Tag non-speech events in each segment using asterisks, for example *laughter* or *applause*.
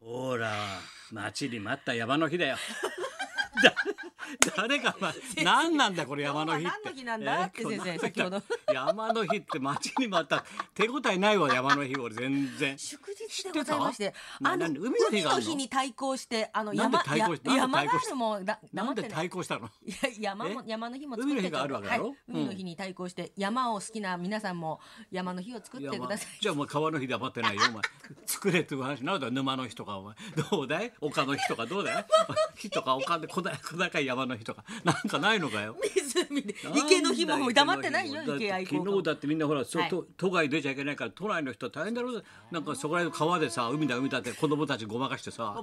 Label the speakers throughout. Speaker 1: ほら待ちに待った山の日だよ *laughs* だ誰が、ま、何なんだこれ山の日って
Speaker 2: 今日は何の日なんだって
Speaker 1: えー
Speaker 2: 先生
Speaker 1: こんな
Speaker 2: 先ほ
Speaker 1: 山の日って待ちに待った手応えないわ山の日俺全然
Speaker 2: 祝日でございまし
Speaker 1: 知ってて、た
Speaker 2: あ
Speaker 1: な
Speaker 2: の
Speaker 1: な
Speaker 2: 海
Speaker 1: 海の日があ
Speaker 2: の
Speaker 1: るの
Speaker 2: 日に対抗して、あの
Speaker 1: なんで
Speaker 2: 山
Speaker 1: 対抗して
Speaker 2: や
Speaker 1: なん
Speaker 2: 山
Speaker 1: で対抗
Speaker 2: ガー
Speaker 1: して
Speaker 2: ルもだ
Speaker 1: な
Speaker 2: 黙
Speaker 1: ん
Speaker 2: って
Speaker 1: で対抗したの
Speaker 2: いや山も
Speaker 1: え
Speaker 2: 山の日も
Speaker 1: 海の日があるわけだろ
Speaker 2: はい海の日に対抗して、山を好きな皆さんも山の日を作ってください。
Speaker 1: じゃあもう川の日で余ってないよお前作れっていう話になるだろ沼の日とかお前どうだい丘の日とかどうだい *laughs* 日とか丘で小高い小高い山の日とかなんかないのかよ
Speaker 2: 湖で池の日も黙ってないよ
Speaker 1: だ
Speaker 2: 池愛好家
Speaker 1: 昨日だってみんなほら、そう
Speaker 2: はい
Speaker 1: と都外出ちゃいけないから都内の人は大変だろうなんかそこら辺の川でさ海だ海だって子供たちごまかして
Speaker 2: *laughs*
Speaker 1: さ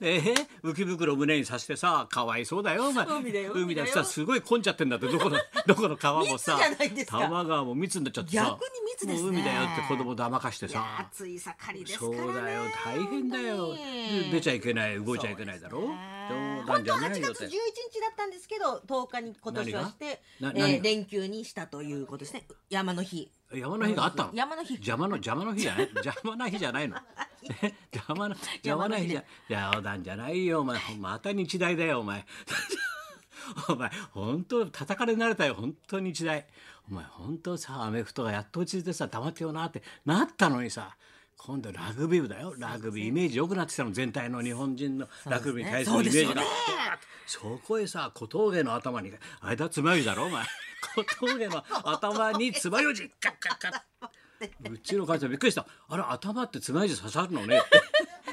Speaker 1: えー、浮き袋胸にさしてさかわいそうだよお前
Speaker 2: 海だよ
Speaker 1: 海だ
Speaker 2: 海だよ
Speaker 1: さすごい混んじゃってんだってどこの *laughs* どこの川もさ
Speaker 2: 密じゃないですか
Speaker 1: 多摩川も密になっちゃってさ
Speaker 2: 逆に密ですね
Speaker 1: もう海だよって子供だまかして
Speaker 2: い
Speaker 1: さ
Speaker 2: や暑い盛りですか
Speaker 1: そ
Speaker 2: ら
Speaker 1: う
Speaker 2: ね。
Speaker 1: だよ大変だよ
Speaker 2: 本当に
Speaker 1: で出ちゃいけない動いちゃいけないだろ
Speaker 2: そう
Speaker 1: 冗談
Speaker 2: 本
Speaker 1: じゃ
Speaker 2: 当は8
Speaker 1: ない
Speaker 2: 月11
Speaker 1: よっ
Speaker 2: 日だ
Speaker 1: て
Speaker 2: ったんですけど10日に今年はして、え
Speaker 1: 何がな何
Speaker 2: ー
Speaker 1: が
Speaker 2: 連休にしたということですね山の日
Speaker 1: 山の日があったの
Speaker 2: 山の日
Speaker 1: 邪魔の邪魔の日じゃない邪魔な日じゃないのえ邪魔な邪魔な日じゃ冗談じゃないよお前また日大だよお前 *laughs* お前本当叩かれ慣れたよ本当に日大お前本当さアメフトがやっと落ち着いてさ黙ってよなってなったのにさ今度ラグビー部だよラグビーイメージ良くなってきたの全体の日本人のラグビーに対するイメージが
Speaker 2: そうですよね
Speaker 1: そこへさ小峠の頭にあれだつまようじだろお
Speaker 2: *laughs*
Speaker 1: 前小峠の頭につまようじカッカッカッうちの母ちゃんびっくりしたあれ頭ってつまようじ刺さるのねって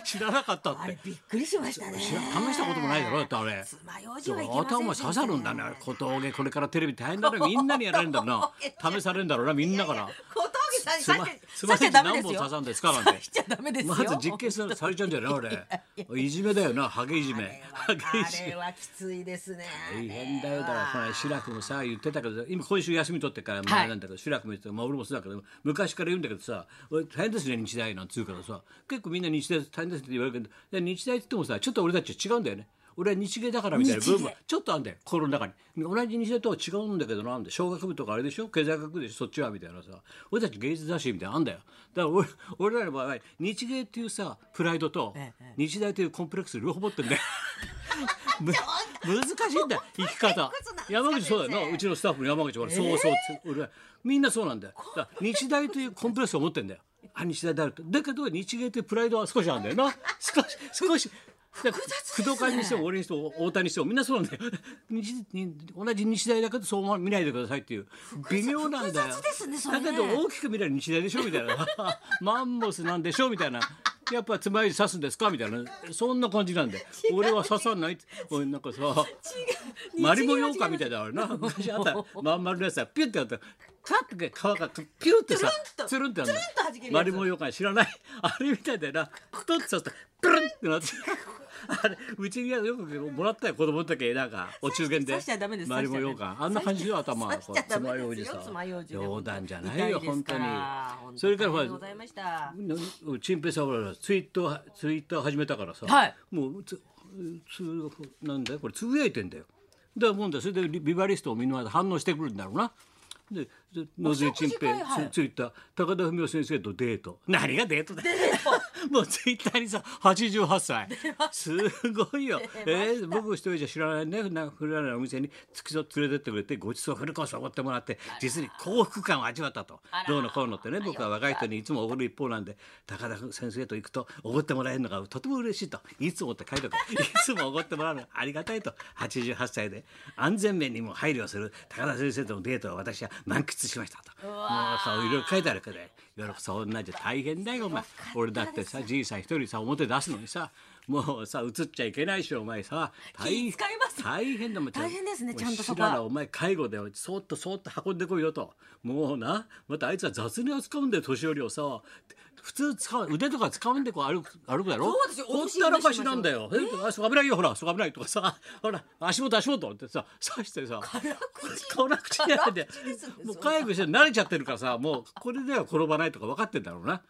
Speaker 1: 知らなかったっ
Speaker 2: あ
Speaker 1: て
Speaker 2: れびっくりしましたね
Speaker 1: 知ら試したこともないだろだってあれ
Speaker 2: 爪楊
Speaker 1: そ
Speaker 2: 枝
Speaker 1: う
Speaker 2: はいけません
Speaker 1: 頭刺さるんだね小峠これからテレビ大変だろみんなにやられるんだろうな試されるんだろうなみんなから
Speaker 2: 小峠さん刺して
Speaker 1: つま
Speaker 2: 刺しちゃ
Speaker 1: つま
Speaker 2: ダ
Speaker 1: ようじ何
Speaker 2: メです
Speaker 1: 本
Speaker 2: よ
Speaker 1: 刺さんですかなんて
Speaker 2: 刺しちゃダメです
Speaker 1: ま
Speaker 2: よ
Speaker 1: ず実験するされちゃうんじゃないあれいじめだよなハゲいじめハゲい
Speaker 2: あ
Speaker 1: じめ
Speaker 2: れはきついですね
Speaker 1: 大変だよだからこの間志らくもさ言ってたけど今今週休み取ってから前なんだけど志らくも言ってたまあ俺もそうだけど昔から言うんだけどさ「俺大変ですね日大」なんつうからさ結構みんな日大大変ですねって言われるけどで日大って言ってもさちょっと俺たちは違うんだよね。俺は日芸だからみたいな部分がちょっとあんだよ心の中に同じ日大とは違うんだけどなんで小学部とかあれでしょ経済学部でしょそっちはみたいなさ俺たち芸術雑誌みたいなのあんだよだから俺俺らの場合は日芸っていうさプライドと
Speaker 2: ええ
Speaker 1: 日大というコンプレックス両方持ってんだよ。む難しいんだよ生き方
Speaker 2: そんな
Speaker 1: 山口そうだよ
Speaker 2: 先生
Speaker 1: なうちのスタッフの山口俺、そうそうつ俺はみんなそうなんだよだから日大というコンプレックスを持ってんだよあ日大であるとだけど日芸というプライドは少しあるんだよな少し少しだから工藤会にしても俺にしても大谷にしてもみんなそうなんだよ日に同じ日大だけどそう思わ見ないでくださいっていう微妙なんだよ
Speaker 2: 複雑ですねそれ
Speaker 1: だけ
Speaker 2: ね
Speaker 1: ど大きく見れる日大でしょみたいな *laughs* マンモスなんでしょみたいなやっぱつまようじ刺すんですかみたいなそんな感じなんで俺は刺さないっておいなんかさマリモ羊羹みたいだあれ
Speaker 2: *laughs*
Speaker 1: な昔あったまん丸のやつさピュッてやったらカッて皮がピュッてさ
Speaker 2: つ
Speaker 1: つ
Speaker 2: る
Speaker 1: る
Speaker 2: ん
Speaker 1: んっ
Speaker 2: と
Speaker 1: てなる
Speaker 2: つるんと弾けるやつ
Speaker 1: マリモ羊羹知らないあれみたいだよなプトッて刺すとプルンってなってあれうちによくもらったよ子供の時なんかお中元で
Speaker 2: 刺しちゃダメです
Speaker 1: マリモ羊羹あんな感じよ頭
Speaker 2: 刺しちゃダメ
Speaker 1: つまよう
Speaker 2: で
Speaker 1: じ
Speaker 2: すよ
Speaker 1: さ
Speaker 2: つまようじで
Speaker 1: 冗談じゃないよ
Speaker 2: 痛です
Speaker 1: 本当
Speaker 2: か
Speaker 1: に
Speaker 2: ら本当に
Speaker 1: それからほ
Speaker 2: あ
Speaker 1: ら
Speaker 2: りがとうございました
Speaker 1: チンペイさんはツイートはツイッター始めたからさ、
Speaker 2: はい
Speaker 1: もうつつなんだよこれつぶやいてんだよだからもんだそれでビビバリストをみんなで反応してくるんだろうなでで野添チンペイ
Speaker 2: 食事会はい
Speaker 1: ツツイッター高田文夫先生とデート何がデートだよ *laughs* もうツイッターにさ88歳すごいよ、えー僕一人じゃ知らないねなんか古らないお店に付き添って連れてってくれてごちそうフルコースおごってもらって実に幸福感を味わったとどうのこうのってね僕は若い人にいつもおごる一方なんで高田先生と行くとおごってもらえるのがとても嬉しいといつもって書いておくいつもおごってもらうのがありがたいと88歳で安全面にも配慮する高田先生とのデートを私は満喫しましたともうそういろいろ書いてあるけど喜そんなんじゃ大変だよお前俺だってさじいさん一人さ表出すのにさもうさ映っちゃいけないしお前さ
Speaker 2: 気使います
Speaker 1: 大変だもん
Speaker 2: 大変ですねちゃんとそこ
Speaker 1: ら
Speaker 2: は
Speaker 1: お前介護でそーっとそーっと運んでこいよともうなまたあいつは雑に扱うんだよ年寄りをさ普通使う腕とか使うんでこう歩く歩くだろ
Speaker 2: そうですよ
Speaker 1: ほったらかしなんだよ、えあそこ危ないよほらそこ危ないとかさほら足元足元ってさ刺してさ
Speaker 2: 辛口
Speaker 1: 辛口じゃないんだよ
Speaker 2: 辛口ですね
Speaker 1: もう介護して慣れちゃってるからさもうこれでは転ばないとか分かってんだろうな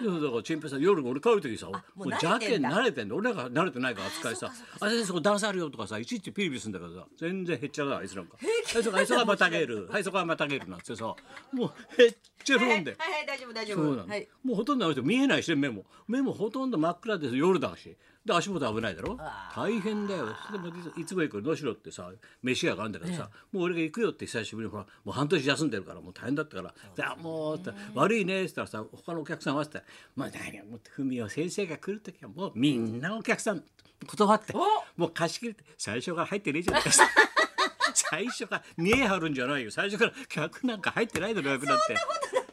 Speaker 1: でもだからチンペイさん夜俺帰る時さも
Speaker 2: も
Speaker 1: う
Speaker 2: う慣れてん
Speaker 1: 邪気に
Speaker 2: だ
Speaker 1: 慣れてんだ俺なんか慣れてないから扱いさ
Speaker 2: あそっか
Speaker 1: 「
Speaker 2: そ
Speaker 1: あ先生そこ段差あるよ」とかさいちいちピリピリするんだからさ全然へっちゃらだあいつなんか「はいそこはいそこはまたげるはいそこはまたげる」なんつってさもうへっちゃ
Speaker 2: はいは
Speaker 1: らん
Speaker 2: い
Speaker 1: で。
Speaker 2: はい大丈夫大丈
Speaker 1: そうな
Speaker 2: 夫
Speaker 1: の、
Speaker 2: はい
Speaker 1: もうほとんどあの人見えないしね目も目もほとんど真っ暗です夜だしで足元危ないだろ
Speaker 2: あ
Speaker 1: 大変だよでもいつも行く能代ってさ飯屋があるんだからさ、もう俺が行くよって久しぶりにほらもう半年休んでるからもう大変だったから「であもう」って「悪いね」って言ったらさ他のお客さんはって「まあ何よもう文よ先生が来る時はもうみんなお客さん断ってもう貸し切って最初から入ってねえじゃないですか。最初から見え張るんじゃないよ最初から客なんか入ってないだろ役だって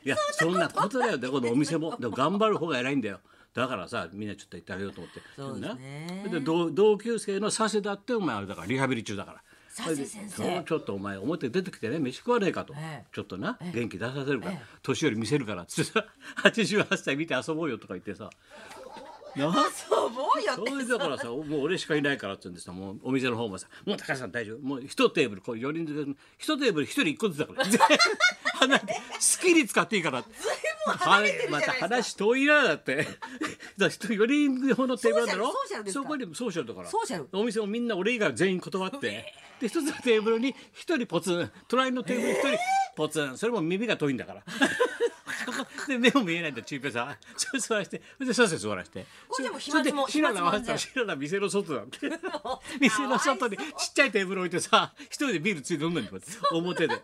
Speaker 1: いやそんなことだよでこのお店もでも頑張る方が偉いんだよだからさみんなちょっと行ってあげようと思って
Speaker 2: そうですね
Speaker 1: なで同同級生の佐世だってお前あれだからリハビリ中だから
Speaker 2: 佐世先生
Speaker 1: そうちょっとお前表出てきてね飯食わねえかと、
Speaker 2: ええ
Speaker 1: ちょっとな元気出させるから、
Speaker 2: ええ
Speaker 1: 年寄り見せるからっつってさ88歳見て遊ぼうよとか言ってさな
Speaker 2: そうもうよっ
Speaker 1: そ
Speaker 2: て
Speaker 1: れだ
Speaker 2: *laughs*
Speaker 1: からさもう俺しかいないからって言うんですよもうお店の方もさ「もう高橋さん大丈夫もう一テーブルこう4人で一テーブル一人一個ずつだから *laughs* 全部離れて好きに使っていいから」ずいぶん
Speaker 2: 離れてるじゃないですか
Speaker 1: また話遠いなだって *laughs* だ4人用のテーブルなんだろ
Speaker 2: ソーシャルソーシャルです
Speaker 1: そ
Speaker 2: か
Speaker 1: こにソーシャルだから
Speaker 2: ソーシャル
Speaker 1: お店もみんな俺以外全員断って、で一つのテーブルに一人ポツン隣のテーブルに一人ポツンそれも耳が遠いんだから。 *laughs* で目も見えないんだチーペイさん *laughs* それ座らしてそれでさせ座らして
Speaker 2: これでも飛沫
Speaker 1: それ
Speaker 2: も
Speaker 1: でシララ合わせたら
Speaker 2: 飛沫もね
Speaker 1: シララ店の外だって
Speaker 2: *laughs*
Speaker 1: 店の外にちっちゃいテーブル置いてさ一人でビールついて飲んでるの表
Speaker 2: *laughs*
Speaker 1: で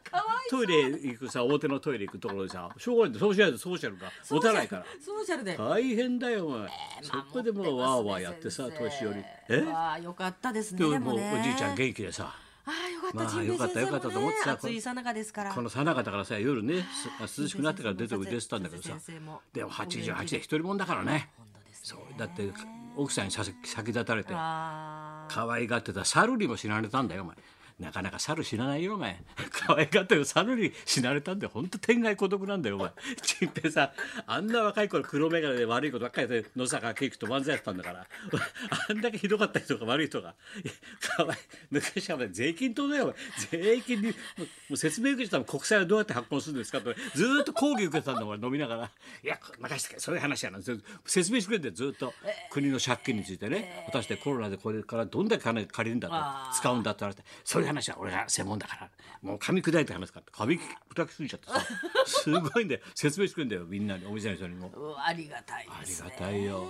Speaker 1: トイレ行くさ表のトイレ行くところでさしょうがないんだそうしないとソーシャルが持たないから
Speaker 2: ソーシャルで
Speaker 1: 大変だよお前そこでもうわーわーやってさ年寄りえ
Speaker 2: ああよかったですね
Speaker 1: で
Speaker 2: で
Speaker 1: も
Speaker 2: も
Speaker 1: もうお
Speaker 2: ね
Speaker 1: じいちゃん元気でさ
Speaker 2: ああよか
Speaker 1: ま
Speaker 2: っ
Speaker 1: あ
Speaker 2: た陣兵
Speaker 1: よ
Speaker 2: 衛先生
Speaker 1: かったよかったと
Speaker 2: も
Speaker 1: 思っ
Speaker 2: ね
Speaker 1: てた
Speaker 2: 暑いさなかですから
Speaker 1: このさなかだからさ夜ねす涼しくなってから出ておいでしたんだけどさ
Speaker 2: 先生も
Speaker 1: でも88で一人もんだからね
Speaker 2: 本当ですね
Speaker 1: そうだって奥さんにさせ先立たれて
Speaker 2: ああ
Speaker 1: 可愛がってた猿にも死なれたんだよお前なかなか猿死なないよお前 *laughs* 可愛がってる猿に死なれたんでほんと天涯孤独なんだよお前 *laughs* ちんぺいさんあんな若い頃黒眼鏡で悪いことばっかりやって野坂慶樹と漫才やってたんだから *laughs* あんだけひどかった人が悪い人がいや *laughs* 可愛い昔はお前税金党だよお前税金にもうもう説明受けてたもん国債はどうやって発行するんですかってずーっと講義受けてたんだ俺飲みながらいや任せてくれそういう話やなんです説明してくれてずーっと国の借金についてね果たしてコロナでこれからどんだけ金借りるんだ
Speaker 2: あ
Speaker 1: と使うんだって言われてそういう話は俺が専門だからもう噛み砕いて話すから噛み砕きすぎちゃってさすごいんだよ説明してくれんだよみんなにお店の人にも
Speaker 2: うわありがたい
Speaker 1: あ
Speaker 2: で
Speaker 1: り
Speaker 2: す
Speaker 1: が
Speaker 2: ね
Speaker 1: たいよ。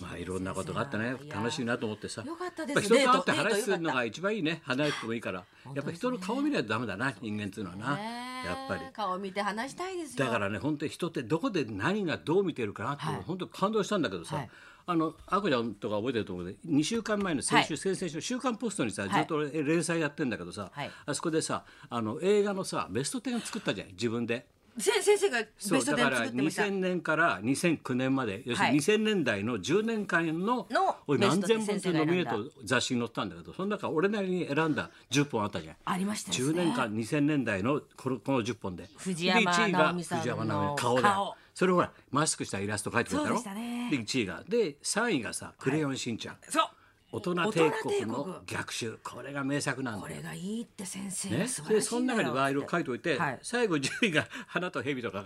Speaker 2: ま
Speaker 1: まあいろんなことがあったね楽しいなと思ってさ
Speaker 2: よかった
Speaker 1: や
Speaker 2: で
Speaker 1: っぱ
Speaker 2: す
Speaker 1: 人と会って
Speaker 2: デート
Speaker 1: 話する
Speaker 2: デートよ
Speaker 1: の
Speaker 2: か
Speaker 1: が一番いいね離れてもいいからやっぱ人の顔見ないとダメだな人間っていうのはなやっぱり
Speaker 2: 顔見て話したいですよ
Speaker 1: だからね本当に人ってどこで何がどう見てるかなって、
Speaker 2: はい
Speaker 1: 本当感動したんだけどさ、
Speaker 2: はい
Speaker 1: あのあこちゃんとか覚えてると思うけど2週間前の先週、
Speaker 2: はい
Speaker 1: 先々週「週刊ポスト」にさ
Speaker 2: い
Speaker 1: ずっと俺連載やってんだけどさ、
Speaker 2: はい
Speaker 1: あそこでさあの映画のさベスト10を作ったじゃん自分で。
Speaker 2: せ先生がベ
Speaker 1: そう
Speaker 2: スト
Speaker 1: だか
Speaker 2: 10
Speaker 1: ら
Speaker 2: 作ってました
Speaker 1: 2000年から2009年まで要する
Speaker 2: はい
Speaker 1: に2000年代の10年間の
Speaker 2: の
Speaker 1: おい
Speaker 2: ベス
Speaker 1: 何
Speaker 2: ト10
Speaker 1: 千本というノミネート雑誌に載ったんだけどその中俺なりに選んだ10本あったじゃん。
Speaker 2: ありましたですね
Speaker 1: 10年間2000年代のこのこの10本で
Speaker 2: 藤山
Speaker 1: で1位が
Speaker 2: 直美さんの
Speaker 1: 藤山直美顔だよ
Speaker 2: 顔
Speaker 1: それほらマスクしたイラスト描いてくれたろ
Speaker 2: そうでしたね
Speaker 1: で1位がで3位がさ「クレヨンしんちゃん」
Speaker 2: そう
Speaker 1: 大人帝国
Speaker 2: 大人帝
Speaker 1: の逆襲これが名作なん
Speaker 2: こ
Speaker 1: だよ
Speaker 2: れがいいって先生
Speaker 1: ね、
Speaker 2: 素晴
Speaker 1: で
Speaker 2: らしい
Speaker 1: その中にワイルを書い
Speaker 2: て
Speaker 1: といて、
Speaker 2: はい
Speaker 1: 最後10位が *laughs* 「花と蛇」とか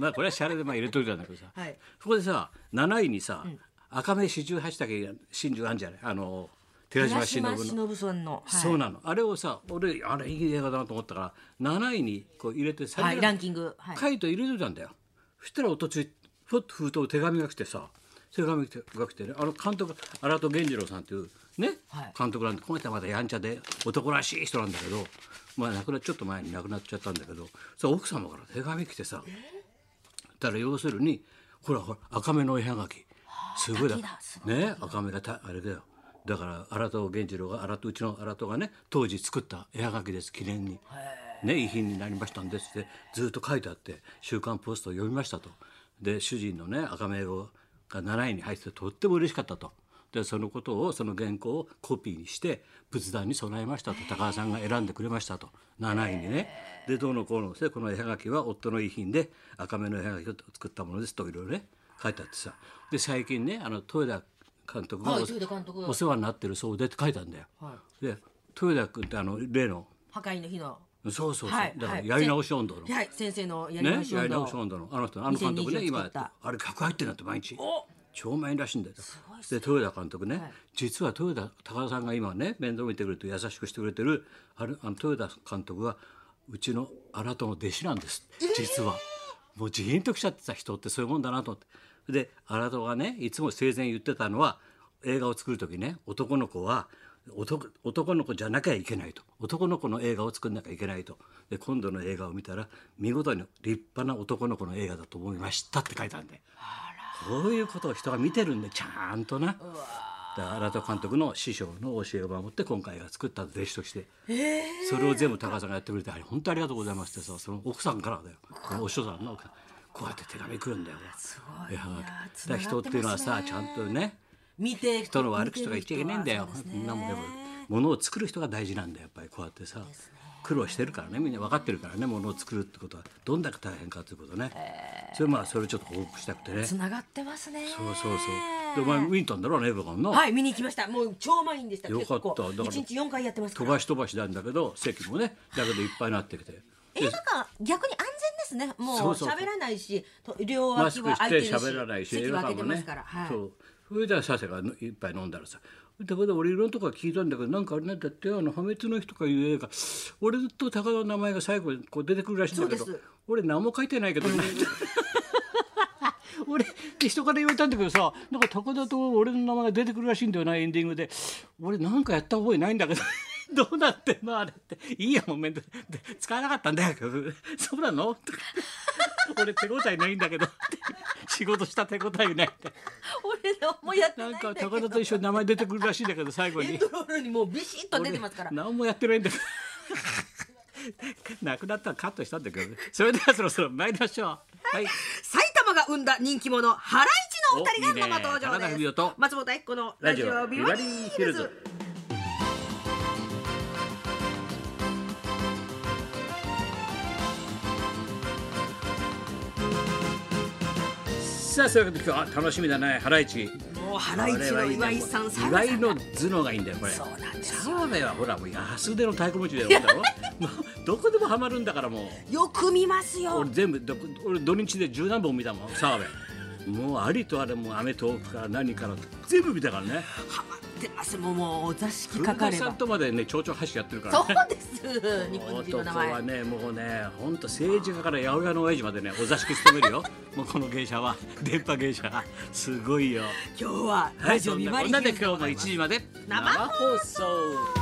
Speaker 1: まあこれはシャレでまあ入れといたんだけどさ、
Speaker 2: はい
Speaker 1: そこでさ7位にさ、赤目四十八竹真珠あんじゃないあの寺島
Speaker 2: 寺
Speaker 1: しの
Speaker 2: 島
Speaker 1: ぶの
Speaker 2: し。のぶさんのはい
Speaker 1: そうなのあれをさ俺あれいい映画だなと思ったから7位にこう入れて最
Speaker 2: は
Speaker 1: 初
Speaker 2: い
Speaker 1: に
Speaker 2: ランキングはい
Speaker 1: 書いて入れといたんだよ、そしたらおとついふっと封筒手紙が来てさ手紙が来てねあの監督荒戸源次郎さんっていうね、
Speaker 2: はい
Speaker 1: 監督なんでこの人はまだやんちゃで男らしい人なんだけどまあ亡くなちょっと前に亡くなっちゃったんだけどさ奥様から手紙来てさだから要するにほらほら赤目の絵はがきすごいだ
Speaker 2: 滝だすご
Speaker 1: ね赤目がたあれだよだから荒戸源次郎が荒戸うちの荒戸がね当時作った絵はがきです記念に、ね、遺品になりましたんですってずっと書いてあって「週刊ポスト」読みましたとで主人のね赤目が7位に入っててとっても嬉しかったと。でそのことをその原稿をコピーにして仏壇に備えましたと高橋さんが選んでくれましたと7位にねでどうのこうのですねこの絵はがきは夫の遺品で赤目の絵はがきを作ったものですといろいろね書いてあってさで最近ねあの豊田監督がお,、
Speaker 2: はい豊田監督
Speaker 1: お世話になってるそうでって書いたんだよ。で豊田君ってあの例の
Speaker 2: 破壊の日の
Speaker 1: そうそうそう、
Speaker 2: はい
Speaker 1: だから
Speaker 2: はい
Speaker 1: やり直し温度の、
Speaker 2: はい、先生のやり直
Speaker 1: ね
Speaker 2: し
Speaker 1: や
Speaker 2: 運
Speaker 1: り
Speaker 2: 動
Speaker 1: 直し温度のあの人あの監督ね
Speaker 2: 2020
Speaker 1: 今
Speaker 2: 作った
Speaker 1: あれ100入ってんだって毎日
Speaker 2: お
Speaker 1: 超満員らしいんだよ
Speaker 2: ごいっす
Speaker 1: で豊田監督ね、
Speaker 2: はい
Speaker 1: 実は豊田高田さんが今ね面倒見てくれて優しくしてくれてるあれあの豊田監督はうちのあなたの弟子なんです、実はもうジーンときちゃってた人ってそういうもんだなと思ってであなたがねいつも生前言ってたのは映画を作る時ね男の子は男男の子じゃなきゃいけないと男の子の映画を作んなきゃいけないとで今度の映画を見たら見事に立派な男の子の映画だと思いましたって書いたんでこういうことを人が見てるんでちゃんとな。だから荒田監督の師匠の教えを守って今回は作った弟子として、それを全部高田さんがやってくれてあれ本当ありがとうございますってさその奥さんからだよこのお師匠さんの奥さんこうやって手紙来るんだよ
Speaker 2: すごい
Speaker 1: い
Speaker 2: い
Speaker 1: や
Speaker 2: や
Speaker 1: だ
Speaker 2: つ
Speaker 1: から
Speaker 2: なが
Speaker 1: 人っていうのはさちゃんとね
Speaker 2: 見て
Speaker 1: 人の悪く人が言っちゃいけないんだよ
Speaker 2: 見てる人はそうです
Speaker 1: み
Speaker 2: ね
Speaker 1: んなもでもものを作る人が大事なんだよやっぱりこうやってさ苦労してるからねみんな分かってるからねものを作るってことはどんだけ大変かということねそれまあそれちょっと報告したくてね
Speaker 2: つながってますね
Speaker 1: そうそうそう。でお前ウィントンだろうねエヴァンの。
Speaker 2: はい見に行きましたもう超満員でした
Speaker 1: よかった
Speaker 2: 結構
Speaker 1: だから
Speaker 2: 一日四回やってますか
Speaker 1: 飛
Speaker 2: ら
Speaker 1: ばし飛ばしなんだけど席もねだけどいっぱいになってきて。
Speaker 2: 映画館逆に安全ですねもう
Speaker 1: そうそうそう
Speaker 2: 喋らないしと両
Speaker 1: マス
Speaker 2: 脇
Speaker 1: ク
Speaker 2: は
Speaker 1: し
Speaker 2: 空い
Speaker 1: て
Speaker 2: てるし
Speaker 1: 喋らないし
Speaker 2: 席
Speaker 1: 映
Speaker 2: は
Speaker 1: 画
Speaker 2: 空
Speaker 1: 館
Speaker 2: けて
Speaker 1: も
Speaker 2: ます
Speaker 1: ね
Speaker 2: から、はい、
Speaker 1: そうそれでさせが一杯飲んだらさだから俺いろんなとこから聞いたんだけどなんかあれなんだってあの「破滅の日」とかいう映画俺と高田の名前が最後にこう出てくるらしいんだけど
Speaker 2: そうです
Speaker 1: 俺何も書いてないけどね。 *laughs* 俺って人から言われたんだけどさなんか高田と俺の名前が出てくるらしいんだよなエンディングで俺なんかやった覚えないんだけど *laughs* どうなってんのあれっていいやもう面倒で使わなかったんだよ *laughs* そうなのとか *laughs* 俺手応えないんだけどって *laughs* 仕事した手応えないって
Speaker 2: 俺らもやってな
Speaker 1: ない
Speaker 2: ん
Speaker 1: ん
Speaker 2: だ
Speaker 1: か
Speaker 2: けど
Speaker 1: 高田と一緒に名前出てくるらしいんだけど最後
Speaker 2: エン *laughs*
Speaker 1: に
Speaker 2: ドロールにもうビシッと出てますから
Speaker 1: 俺何もやってないんだけど *laughs* なくなったらカットしたんだけどねそれではそろそろ参りましょうはい
Speaker 2: 埼玉が生んだ人気者ハライチのお二人が生登場
Speaker 1: おいいね田中
Speaker 2: です
Speaker 1: 文夫と
Speaker 2: 松本明子のラジオビバリーヒルズ
Speaker 1: さあそういうわけで今日は楽しみだねハライチ
Speaker 2: もうハライチの岩井さん
Speaker 1: これ
Speaker 2: サ
Speaker 1: はい
Speaker 2: ラ
Speaker 1: いね
Speaker 2: さん
Speaker 1: 岩井
Speaker 2: が
Speaker 1: の頭脳がいいんだよこれ
Speaker 2: そうなんですよ
Speaker 1: 澤部はほらもう安腕の太鼓持ちだよだろもう *laughs* どこでもハマるんだからもう
Speaker 2: よく見ますよ
Speaker 1: 俺全部どこ俺土日で十何本見たもん澤部もうありとあれもうアメトーークから何から全部見たからね
Speaker 2: ハマってますもうもうお座敷
Speaker 1: 文
Speaker 2: かか
Speaker 1: 化
Speaker 2: れ
Speaker 1: さ
Speaker 2: ば
Speaker 1: んとまでね蝶々箸やってるからね
Speaker 2: そうです日本人の
Speaker 1: 男
Speaker 2: 名前
Speaker 1: はねもうね本当政治家から八百屋の親父までねお座敷務めるよもうこの芸者は電波芸者すごいよ
Speaker 2: 今日は
Speaker 1: は
Speaker 2: ラ
Speaker 1: い
Speaker 2: ジ
Speaker 1: そ
Speaker 2: オ
Speaker 1: ん
Speaker 2: ビ
Speaker 1: な
Speaker 2: バ
Speaker 1: こ
Speaker 2: リ
Speaker 1: んな
Speaker 2: ーヒ
Speaker 1: で
Speaker 2: ルズで
Speaker 1: 今
Speaker 2: ご
Speaker 1: 日も
Speaker 2: ざい
Speaker 1: 1
Speaker 2: ます
Speaker 1: 時まで
Speaker 2: 生
Speaker 1: 放送